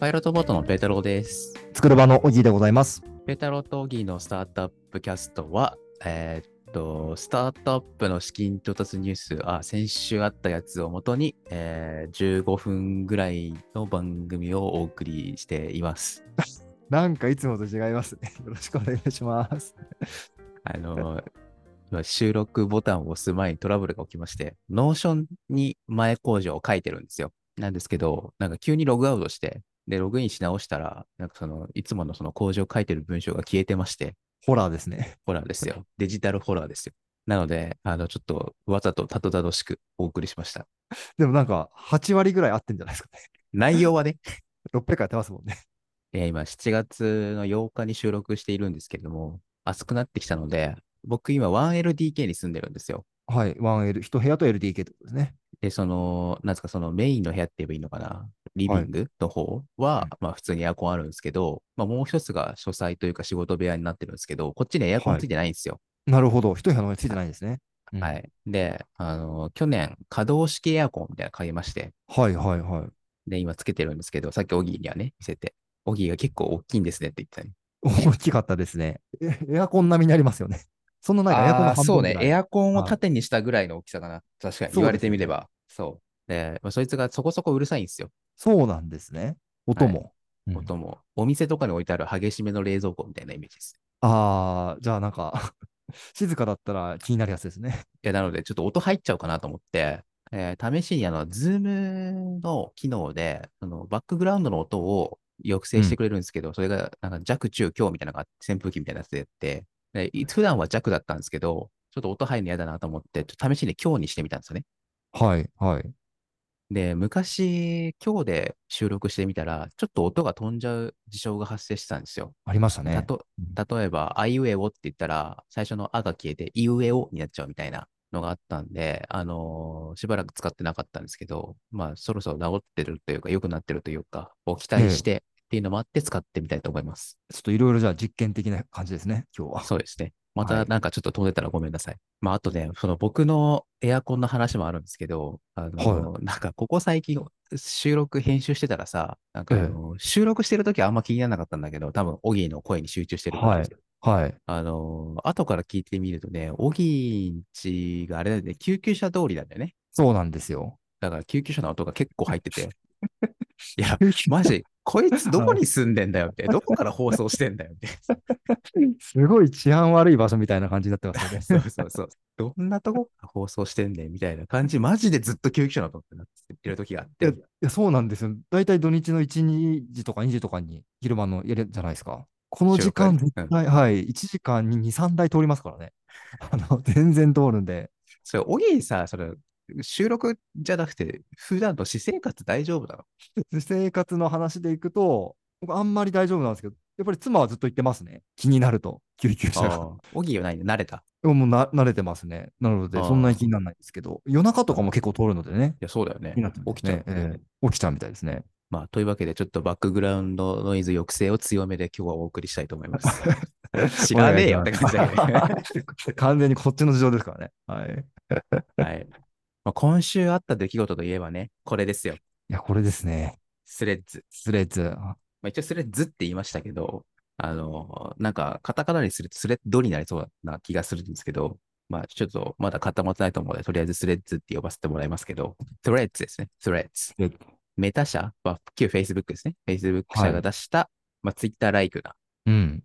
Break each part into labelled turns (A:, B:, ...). A: パイロットボートのペータローです。
B: 作る場のおじいでございます。
A: ペータローとギーのスタートアップキャストは、えーっと、スタートアップの資金調達ニュース、あ、先週あったやつをもとに、えー15分ぐらいの番組をお送りしています。
B: なんかいつもと違いますね。 よろしくお願いします。
A: あ の、今収録ボタンを押す前にトラブルが起きまして、ノーションに前工場を書いてるんですよ。なんですけど、なんか急にログアウトして、で、ログインし直したら、なんかその、いつものその工場を書いてる文章が消えてまして、
B: ホラーですね。
A: ホラーですよ。デジタルホラーですよ。なので、あの、ちょっとわざとたどたどしくお送りしました。
B: でもなんか8割ぐらい合ってんじゃないですかね。
A: 内容はね、
B: 600やってますもんね。
A: えー今7月の8日に収録しているんですけれども、暑くなってきたので、僕今 1LDK に住んでるんですよ。
B: はい。1L、1部屋と LDK ってことですね。
A: で、その、なんですか、そのメインの部屋って言えばいいのかな、リビ
B: はい
A: ングの方は、
B: うん
A: まあ普通にエアコンあるんですけど、まあもう一つが書斎というか仕事部屋になってるんですけど、こっちにエアコン
B: はい
A: ついてないんですよ。
B: なるほど。1部屋の方についてないんですね。うん
A: はい。で、あの、去年、可動式エアコンみたいなの買いまして、
B: はいはいはい。
A: で、今つけてるんですけど、さっきオギーにはね、見せて、オギーが結構大きいんですねって言ってたね。
B: 大きかったですね。えエアコン並みになりますよね。そんな中エアコンの
A: あー
B: 半
A: そう
B: 分ぐらい
A: ね、エアコンを
B: はい
A: 縦にしたぐらいの大きさかな。確かに、
B: そうですね
A: 言われてみれば。そう。で、まあ、そいつがそこそこうるさいんですよ。
B: そうなんですね。音も。うん
A: 音も。お店とかに置いてある激しめの冷蔵庫みたいなイメージです。
B: ああ、じゃあなんか 静かだったら気になるやつですね。
A: いや、なので、ちょっと音入っちゃうかなと思って、えー試しに、あの、ズームの機能で、その、バックグラウンドの音を抑制してくれるんですけど、それが、なんか弱、中、強みたいなのが扇風機みたいなやつでやって、でい普段は弱だったんですけど、ちょっと音入るの嫌だなと思って、ちょっと試しに強にしてみたんですよね。
B: はいはい。
A: で、昔、強で収録してみたら、ちょっと音が飛んじゃう事象が発生してたんですよ。
B: ありました
A: た
B: ね。
A: と
B: うん
A: 例えば、あいうえおって言ったら、最初のあが消えて、いうえおになっちゃうみたいなのがあったんで、あのーしばらく使ってなかったんですけど、まあ、そろそろ治ってるというか、良くなってるというか、を期待してっていうのもあって使ってみたいと思います。
B: ちょっといろいろじゃあ実験的な感じですね、今日は。
A: そうですね。ま
B: は
A: た
B: い
A: なんかちょっと飛んでたらごめんなさい。まあ、あとね、その僕のエアコンの話もあるんですけど、あの、なんかここ最近収録編集してたらさ、なんかあの収録してるときあんま気にならなかったんだけど、多分オギーの声に集中してるから
B: はいはい。
A: あのー後から聞いてみるとね、オギーんちがあれだよね、救急車通りなんだよね。
B: そうなんですよ。
A: だから救急車の音が結構入ってて、いや、マジ、こ いつどこに住んでんだよって、どこから放送してんだ よって。
B: すごい治安悪い場所みたいな感じになってますよね。
A: そうそう そう。どんなとこから放送してんねんみたいな感じ、マジでずっと救急車の音ってなってる時があって、
B: いや、そうなんですよ。大体土日の1、2時とか2時とかに昼間のやるじゃないですか。この時間
A: 収
B: 絶
A: 録うん
B: 対、はい、1時間に2、3台通りますからね。 あの、全然通るんで。
A: それ、オギーさ、それ、収録じゃなくて、普段の私生活大丈夫なの
B: 生活の話でいくと、僕あんまり大丈夫なんですけど、やっぱり妻はずっと言ってますね。気になると、救急車が。
A: あーオギーはない慣れた。い
B: でももうな慣れてますね。なので、そんなに気にならないんですけど、夜中とかも結構通るのでね、
A: や、そうだよね
B: 気になって。ま
A: 起
B: す
A: きちゃうん
B: ね
A: だよね。
B: ええ起きちゃうみたいですね。
A: まあ、というわけで、ちょっとバックグラウンドノイズ抑制を強めで今日はお送りしたいと思い ます。知らねえよって感じだけどね。
B: 完全にこっちの事情ですからね。はい。い
A: はいまあ、今週あった出来事といえばね、これですよ。
B: や、これですね。
A: スレッズ。
B: スレッズ。あ
A: まあ、一応スレッズって言いましたけど、あの、なんか、カタカナにするとスレッドになりそうな気がするんですけど、まあ、ちょっとまだ固まってないと思うので、とりあえずスレッズって呼ばせてもらいますけど、スレッズですね。スレッズ。
B: スレッズ
A: メタ社、まあ、旧 Facebook ですね。Facebook 社が出した、まあ、Twitter-like な
B: うん。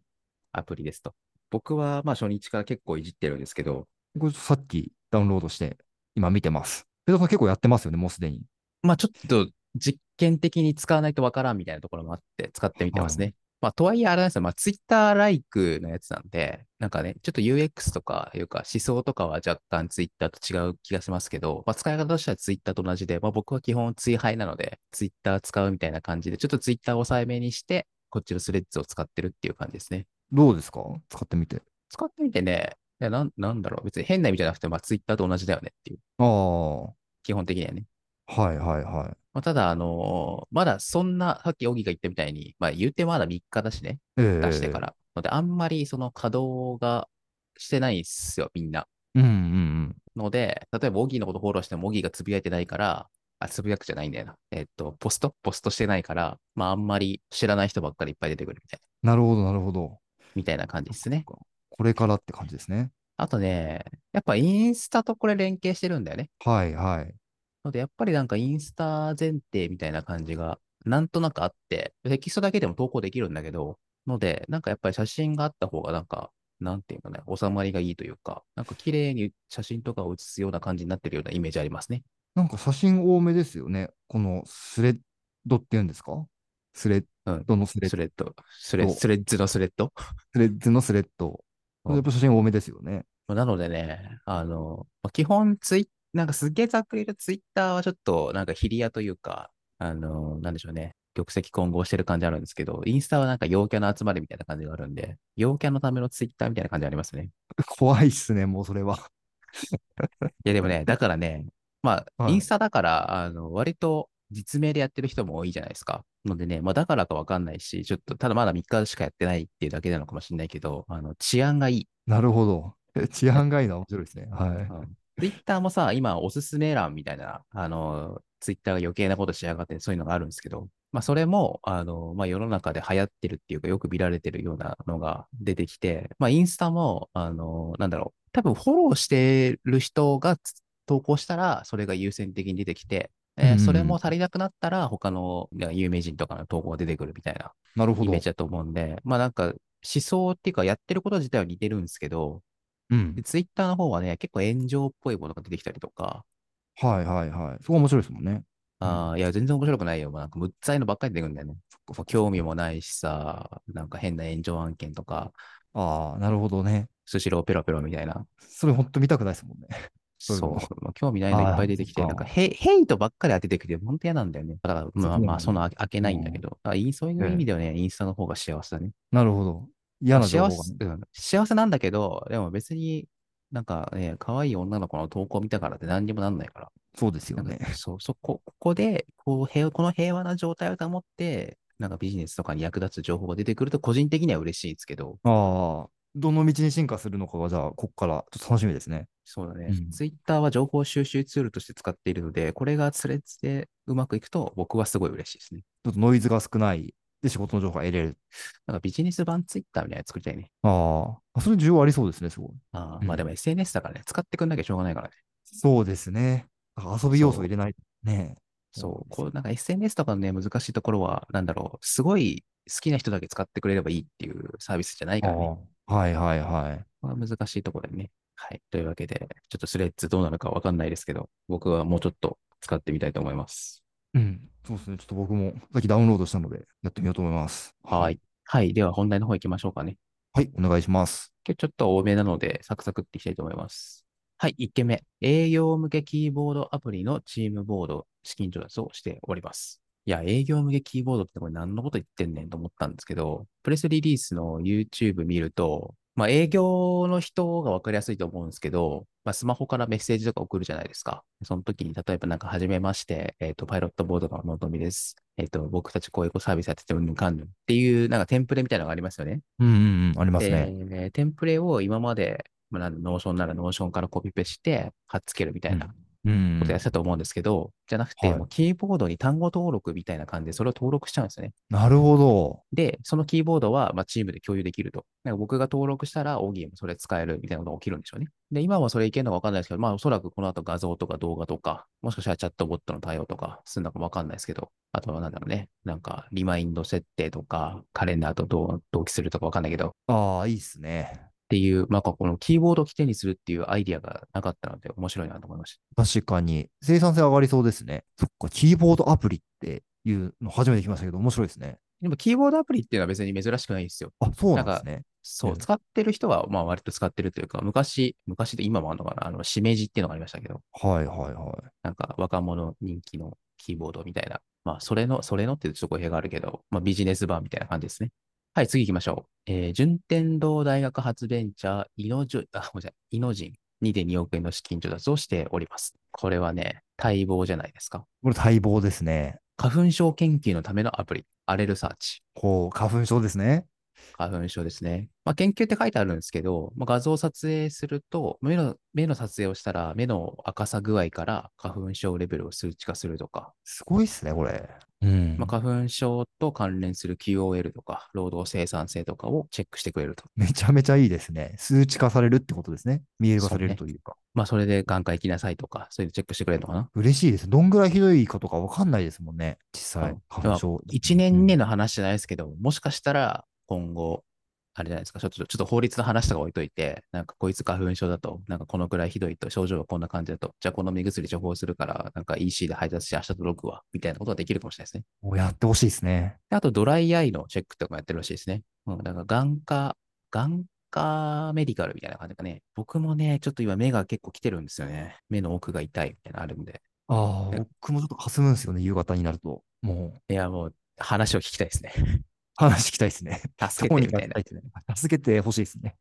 A: アプリですと。僕はまあ初日から結構いじってるんですけど、
B: これさっきダウンロードして、今見てます。ペドさん結構やってますよね、もうすでに。
A: まあちょっと実験的に使わないとわからんみたいなところもあって使ってみてますね。まあとはいえあれなんですよ、まあ Twitter ライクのやつなんで、なんかね、ちょっと UX とかいうか思想とかは若干 Twitter と違う気がしますけど、まあ使い方としては Twitter と同じで、まあ僕は基本追廃なので Twitter 使うみたいな感じで、ちょっと Twitter を抑えめにして、こっちのスレッズを使ってるっていう感じですね。
B: どうですか使ってみて。
A: 使ってみてね、いやなんなんだろう、別に変な意味じゃなくて、まあ、ツイッターと同じだよねっていう、
B: ああ。は
A: 基本的にはね。
B: いはいはい。
A: まあ、ただ、あのーまだそんな、さっきオギが言ったみたいに、まあ、言うてまだ3日だしね、
B: ええ
A: 出してから。ので、あんまりその稼働がしてないっすよ、みんな。
B: うんうんうん。
A: ので、例えばオギのことフォローしてもオギがつぶやいてないから、あ、つぶやくじゃないんだよな。えっと、ポストポストしてないから、まあ、あんまり知らない人ばっかりいっぱい出てくるみたい
B: なるほど、なるほど。
A: な、みたいな感じですね。
B: そっか。これからって感じですね。
A: あとね、やっぱインスタとこれ連携してるんだよね。
B: はい、はい。
A: ので、やっぱりなんかインスタ前提みたいな感じが、なんとなくあって、テキストだけでも投稿できるんだけど、ので、なんかやっぱり写真があった方が、なんか、なんていうかね、収まりがいいというか、なんか綺麗に写真とかを写すような感じになってるようなイメージありますね。
B: なんか写真多めですよね。このスレッドっていうんですかスレッドのスレッ
A: ス
B: ド、
A: レッド、スレ
B: そう
A: スレッズのスレッド。
B: スレッズのスレッド。
A: うん
B: やっぱ写真多めですよね。
A: まあなのでね、あの、まあ基本ツイ、なんかすげえざっくり言うとツイッターはちょっとなんかヒリアというか、あの、なんでしょうね。玉石混合してる感じあるんですけど、インスタはなんか陽キャの集まりみたいな感じがあるんで、陽キャのためのツイッターみたいな感じありますね。
B: 怖いっすね、もうそれは。
A: いやでもね、だからね、まあ、
B: はい
A: インスタだから、あの、割と実名でやってる人も多いじゃないですか。のでね、まあだからかわかんないし、ちょっと、ただまだ3日しかやってないっていうだけなのかもしれないけど、あの、治安がいい。
B: なるほど。え治安がいいのは面白いですね。はい。
A: ツイッターもさ、今、おすすめ欄みたいな、あの、ツイッターが余計なことしやがって、そういうのがあるんですけど、まあ、それも、あの、まあ、世の中で流行ってるっていうか、よく見られてるようなのが出てきて、まあ、インスタも、あの、なんだろう、多分、フォローしてる人がつ投稿したら、それが優先的に出てきて、えー
B: うん
A: それも足りなくなったら、他のいや有名人とかの投稿が出てくるみたいな
B: なるほ
A: イ
B: ど
A: メー。ジだと思うんで、まあ、なんか、思想っていうか、やってること自体は似てるんですけど、
B: うん
A: で、。ツイッターの方はね、結構炎上っぽいものが出てきたりとか、
B: はいはいはい。そこ面白いですもんね。うん
A: ああ、いや、全然面白くないよ。もうなんか、むっざいのばっかり出てくるんだよね。もう興味もないしさ、なんか変な炎上案件とか、
B: ああ、なるほどね。
A: スシローペロペロみたいな。
B: それ本当見たくないですもんね。
A: そ
B: そうういうの
A: もう興味ないのいっぱい出てきて、
B: あー
A: なんかヘイ、ヘイトばっかり当ててくれて、本当嫌なんだよね。だから、まあまあ、
B: そ
A: そうの
B: な
A: あ開けないんだけど、あいいそういう意味ではね、インスタの方が幸せだね。
B: なるほど。嫌な情報
A: 幸
B: が、
A: せ
B: ね。、
A: うん幸せなんだけど、でも別に、なんかね、可愛い女の子の投稿見たからって何にもなんないから。
B: そうですよ
A: なん
B: ね。
A: かそう、そこ、ここで、こう平和、この平和な状態を保って、なんかビジネスとかに役立つ情報が出てくると、個人的には嬉しいですけど、
B: ああ、どの道に進化するのかが、じゃあ、こっからちょっと楽しみですね。
A: そうだね、
B: うん
A: ツイッターは情報収集ツールとして使っているので、これがスレッズでうまくいくと、僕はすごい嬉しいですね。
B: ちょっとノイズが少ない。で、仕事の情報が得れる。
A: なんかビジネス版ツイッターみたいなの作りたいね。
B: ああ、それ需要ありそうですね、すごい。
A: あー
B: うん
A: まあでも SNS だからね、使ってくんなきゃしょうがないからね。
B: そうですね。なんか遊び要素を入れないとね。
A: そう、
B: そ
A: こ
B: うで
A: う
B: すね
A: なんか SNS とかのね、難しいところは、なんだろう、すごい好きな人だけ使ってくれればいいっていうサービスじゃないからね。
B: ああはいはいはい。
A: まあ、難しいところでね。はい。というわけで、ちょっとスレッズどうなるかわかんないですけど、僕はもうちょっと使ってみたいと思います。
B: うん。そうですね。ちょっと僕もさっきダウンロードしたので、やってみようと思います。
A: は。い。はい。では本題の方行きましょうかね。
B: はい、お願いします。
A: 今日ちょっと多めなので、サクサクっていきたいと思います。はい。1件目。営業向けキーボードアプリのチームボード資金調達をしております。いや、営業向けキーボードってこれ何のこと言ってんねんと思ったんですけど、プレスリリースの YouTube 見ると、まあ営業の人が分かりやすいと思うんですけど、まあスマホからメッセージとか送るじゃないですか。その時に例えばなんか初めまして、えっ、と、パイロットボードがのぞみです。えっ、と、僕たちこういうサービスやっててうんぬんかんぬんっていうなんかテンプレみたいなのがありますよね。
B: うんうんうん、ありますね。
A: でねテンプレを今まで、まあ、なんノーションならノーションからコピペして、貼っつけるみたいな
B: うん
A: ことやってたと思うんですけど、じゃなくて、
B: はい
A: もうキーボードに単語登録みたいな感じで、それを登録しちゃうんですよね。
B: なるほど。
A: で、そのキーボードは、まあ、チームで共有できると。なんか僕が登録したら、オギーもそれ使えるみたいなことが起きるんでしょうね。で、今はそれいけるのか分かんないですけど、まあ、おそらくこの後画像とか動画とか、もしかしたらチャットボットの対応とかするのか分かんないですけど、あとはなんだろうね、なんか、リマインド設定とか、カレンダーと同同期するとか分かんないけど、
B: ああ、いいっすね。
A: っていう、なんかこのキーボードを起点にするっていうアイディアがなかったので面白いなと思いました。
B: 確かに。生産性上がりそうですね。そっか、キーボードアプリっていうの初めて聞きましたけど、面白いですね。
A: でもキーボードアプリっていうのは別に珍しくないんですよ。
B: あ、そうなんですね。
A: そう、
B: うん
A: 使ってる人はまあ割と使ってるというか、昔、昔で今もあるのかな、あの、しめじっていうのがありましたけど、
B: はいはいはい。
A: なんか若者人気のキーボードみたいな。まあ、それの、それのっていうとちょっと語弊があるけど、まあビジネス版みたいな感じですね。はい、次行きましょう。えー順天堂大学発ベンチャー、イノジュ、あ、ごめんなさい、イノジン2.2億円の資金調達をしております。これはね、待望じゃないですか。
B: これ待望ですね。
A: 花粉症研究のためのアプリ、アレルサーチ。
B: こう、花粉症ですね。
A: 花粉症ですね。まあ、研究って書いてあるんですけど、まあ、画像を撮影すると目の、目の撮影をしたら、目の赤さ具合から花粉症レベルを数値化するとか、
B: すごいっすね、これ。うん
A: まあ、花粉症と関連する QOL とか、労働生産性とかをチェックしてくれると。
B: めちゃめちゃいいですね。数値化されるってことですね。見える化される
A: そ
B: というか。
A: まあ、それで眼科行きなさいとか、そういうのチェックしてくれるのかな。
B: 嬉しいです。どんぐらいひどいかとかわかんないですもんね。実際
A: うん、
B: 花粉症。
A: 1年、2
B: ね
A: 年の話じゃないですけど、もしかしたら今後、あれじゃないですか、ちょっとちょっと法律の話とか置いといて、なんかこいつ花粉症だと、なんかこのくらいひどいと、症状はこんな感じだと、じゃあこの目薬処方するから、なんか EC で配達して明日届くわ、みたいなことができるかもしれないですね。
B: もうやってほしいですね。
A: であと、ドライアイのチェックとかもやってるらしいですね。うん、だから眼科、眼科メディカルみたいな感じかね。僕もね、ちょっと今目が結構来てるんですよね。目の奥が痛いみたいなのあるんで。
B: ああ、
A: ね
B: 僕もちょっと霞むんですよね、夕方になると。もう、
A: いや、もう話を聞きたいですね。
B: 話聞きたいです ね。
A: 助けてみたいな
B: どう。にかしたですね助けてほしいですね。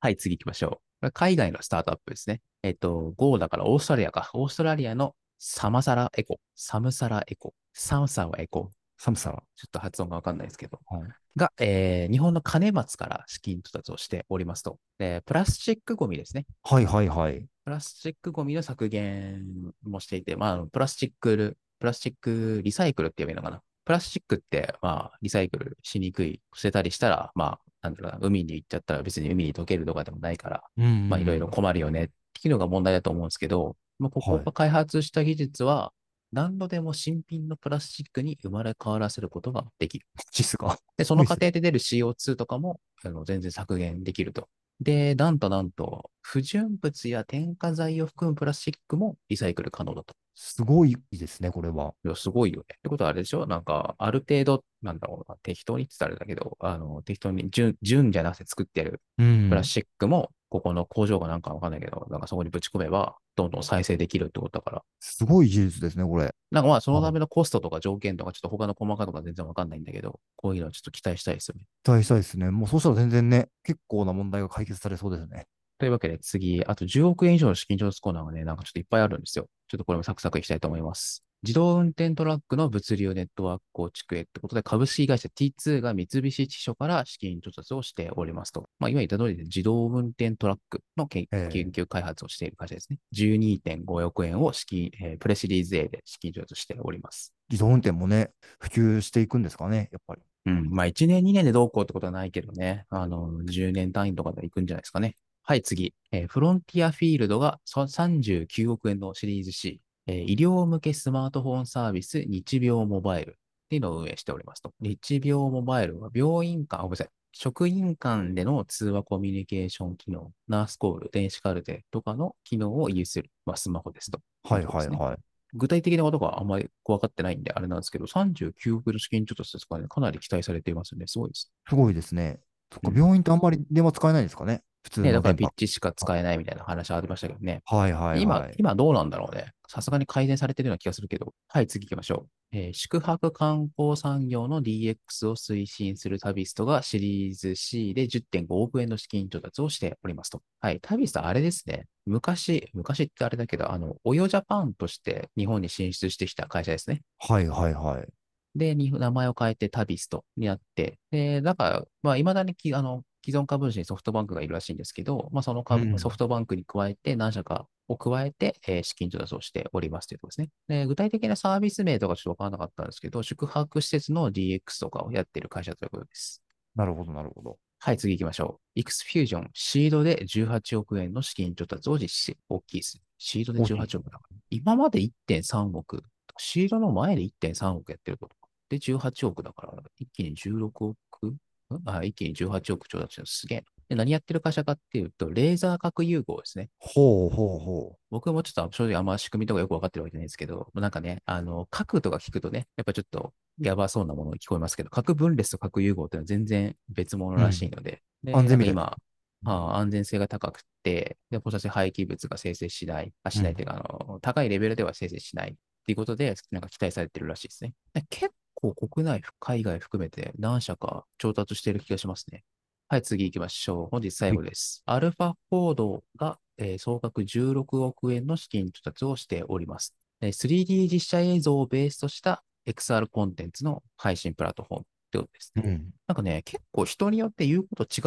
A: はい、次行きましょう。これ海外のスタートアップですね。えっと、GO だからオーストラリアか。オーストラリアのサマサラエコ。サムサラエコ。サムサはエコ。
B: 寒さは。
A: ちょっと発音がわかんないですけど。
B: はい
A: が、えー日本の金松から資金調達をしておりますと。でプラスチックごみですね。
B: はいはいはい。
A: プラスチックごみの削減もしていて、まああの、プラスチック、プラスチックリサイクルって言えばいいのかな。プラスチックって、まあ、リサイクルしにくい、捨てたりしたら、まあ、なんだろうな、海に行っちゃったら別に海に溶けるとかでもないから、
B: うん
A: まあ、いろいろ困るよねっていうのが問題だと思うんですけど、まあ、ここ
B: はい
A: が開発した技術は、何度でも新品のプラスチックに生まれ変わらせることができる。
B: チスが。
A: で、その
B: すご
A: 過
B: い
A: 程で出る CO2 とかもあの全然削減できると。で、なんとなんと、不純物や添加剤を含むプラスチックもリサイクル可能だと。
B: すごいですね、これは。
A: いや、すごいよね。ってことはあれでしょなんか、ある程度、なんだろうな、適当にって言ったらあれだけど、あの、適当に純、純じゃなくて作ってる
B: うん
A: プラスチックも、ここの工場がなんかわかんないけど、なんかそこにぶち込めば、どんどん再生できるってことだから。
B: すごい技術ですね、これ。
A: なんかまあ、そのためのコストとか条件とか、ちょっと他の細かいとか全然わかんないんだけど、こういうのちょっと期待したいですよね。
B: 期待したいですね。もうそうしたら全然ね、結構な問題が解決されそうですね。
A: というわけで次、あと10億円以上の資金調達コーナーがね、なんかちょっといっぱいあるんですよ。ちょっとこれもサクサクいきたいと思います。自動運転トラックの物流ネットワーク構築へってことで、株式会社 T2 が三菱地所から資金調達をしておりますと。まあ、今言った通りで自動運転トラックの研
B: ええ
A: 研究開発をしている会社ですね。12.5億円を資金、えープレシリーズ A で資金調達しております。
B: 自動運転もね、普及していくんですかね、やっぱり。
A: うん。まあ、1年、2年でどうこうってことはないけどね。あの、10年単位とかで行くんじゃないですかね。はい、次。えーフロンティアフィールドがそ39億円のシリーズ C。えー医療向けスマートフォンサービス、日病モバイルっていうのを運営しておりますと。日病モバイルは病院間、あごめんなさい。職員間での通話コミュニケーション機能、ナースコール、電子カルテとかの機能を有する、まあ、スマホですと。
B: はいはいはい。
A: 具体的なことがあんまり分かってないんで、あれなんですけど、39億円の資金調達ですからね、かなり期待されていますね。すごいです。
B: すごいですね。そっか、
A: うん
B: 病院ってあんまり電話使えないんですかね、普通の
A: ね、だ
B: 電
A: からピッ
B: 波。
A: チしか使えないみたいな話ありましたけどね。
B: はいはいはい。
A: 今、今どうなんだろうね。さすがに改善されてるような気がするけど。はい、次行きましょう。えー宿泊観光産業の DX を推進するタビストがシリーズ C で10.5億円の資金調達をしておりますと。はい、タビストあれですね。昔、昔ってあれだけど、あの、オヨジャパンとして日本に進出してきた会社ですね。
B: はいはいはい。
A: で、に名前を変えてタビストになって、で、だから、まあ、いまだにきあの既存株主にソフトバンクがいるらしいんですけど、まあ、その株、
B: うん
A: ソフトバンクに加えて何社かを加えて、えー資金調達をしておりますということですね。で、具体的なサービス名とかちょっとわからなかったんですけど、宿泊施設の DX とかをやっている会社ということです。
B: なるほどなるほど。
A: はい、次行きましょう。イクスフュージョン、シードで18億円の資金調達を実施。大きいです。シードで
B: 大きい
A: 18億だから。今まで1.3億。シードの前で1.3億やってることか。で、18億だから、一気に16億んあ一気に18億調達したのすげえな。で、何やってる会社かっていうと、レーザー核融合ですね。
B: ほうほうほ
A: 僕もちょっと正直あんま仕組みとかよくわかってるわけじゃないですけど、なんかね、あの、核とか聞くとね、やっぱちょっとやばそうなものに聞こえますけど、核分裂と核融合っていうのは全然別物らしいので、で
B: 安全みたい
A: なんか今、あ安全性が高くて、で、放射性廃棄物が生成しない、あしないというか、あの、高いレベルでは生成しないっていうことで、なんか期待されてるらしいですね。で結構国内、海外含めて何社か調達してる気がしますね。はい、次行きましょう。本日最後です。アルファフォードが、えー総額16億円の資金調達をしております。えー 3D 実写映像をベースとした XR コンテンツの配信プラットフォーム。ってことです
B: う
A: ね。
B: ん。
A: なんかね、結構人によって言うこと違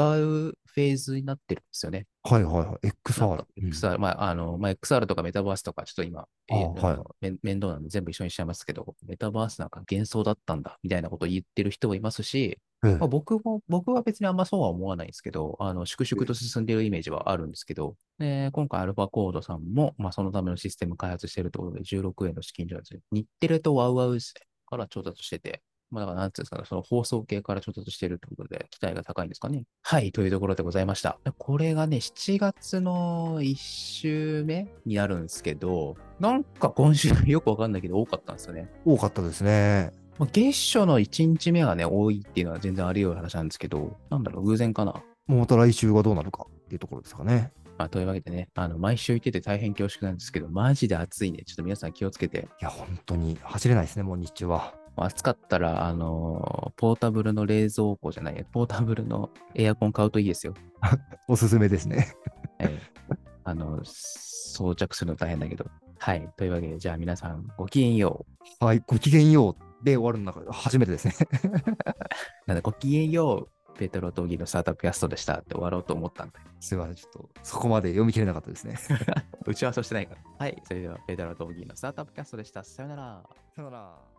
A: うフェーズになってるんですよね。
B: はいはいはい。
A: なん
B: XR
A: か。XR、まあ、あの、まあ、XR とかメタバースとか、ちょっと今、え
B: あ
A: ー
B: はい
A: あのめん面倒なんで全部一緒にしちゃいますけど、メタバースなんか幻想だったんだ、みたいなことを言ってる人もいますし、
B: うんええ
A: まあ、僕も、僕は別にあんまそうは思わないんですけど、あの、粛々と進んでいるイメージはあるんですけど、で今回アルファコードさんも、まあ、そのためのシステム開発してるところで、16円の資金調達、日テレとワウワウですね、から調達してて、まあ、だからなんていうんですかね、その放送系から調達しているということで、期待が高いんですかね。はい、というところでございました。これがね、7月の1週目になるんですけど、なんか今週 よくわかんないけど多かったんですよね。
B: 多かったですね。
A: まあ、月初の1日目がね、多いっていうのは全然あり得る話なんですけど、なんだろう、偶然かな。
B: もうまた来週がどうなるかっていうところですかね。
A: まあ、というわけでね、あの、毎週行ってて大変恐縮なんですけど、マジで暑いね。ちょっと皆さん気をつけて。
B: いや、本当に走れないですね、もう日中は。
A: 暑かったら、あのーポータブルの冷蔵庫じゃないや、ポータブルのエアコン買うといいですよ。
B: おすすめですね。
A: はい、あの、装着するの大変だけど。はい。というわけで、じゃあ皆さん、ごきげんよう。
B: はい、ごきげんようで終わるのが初めてですね。
A: なんだ、ごきげんよう、ペトロとギのスタートアップキャストでしたって終わろうと思ったんだよ。
B: すいません、ちょっとそこまで読み切れなかったですね。さ
A: 打ち合わせをしてないから。はい。それでは、ペトロとギのスタートアップキャストでした。さよなら。
B: よなら。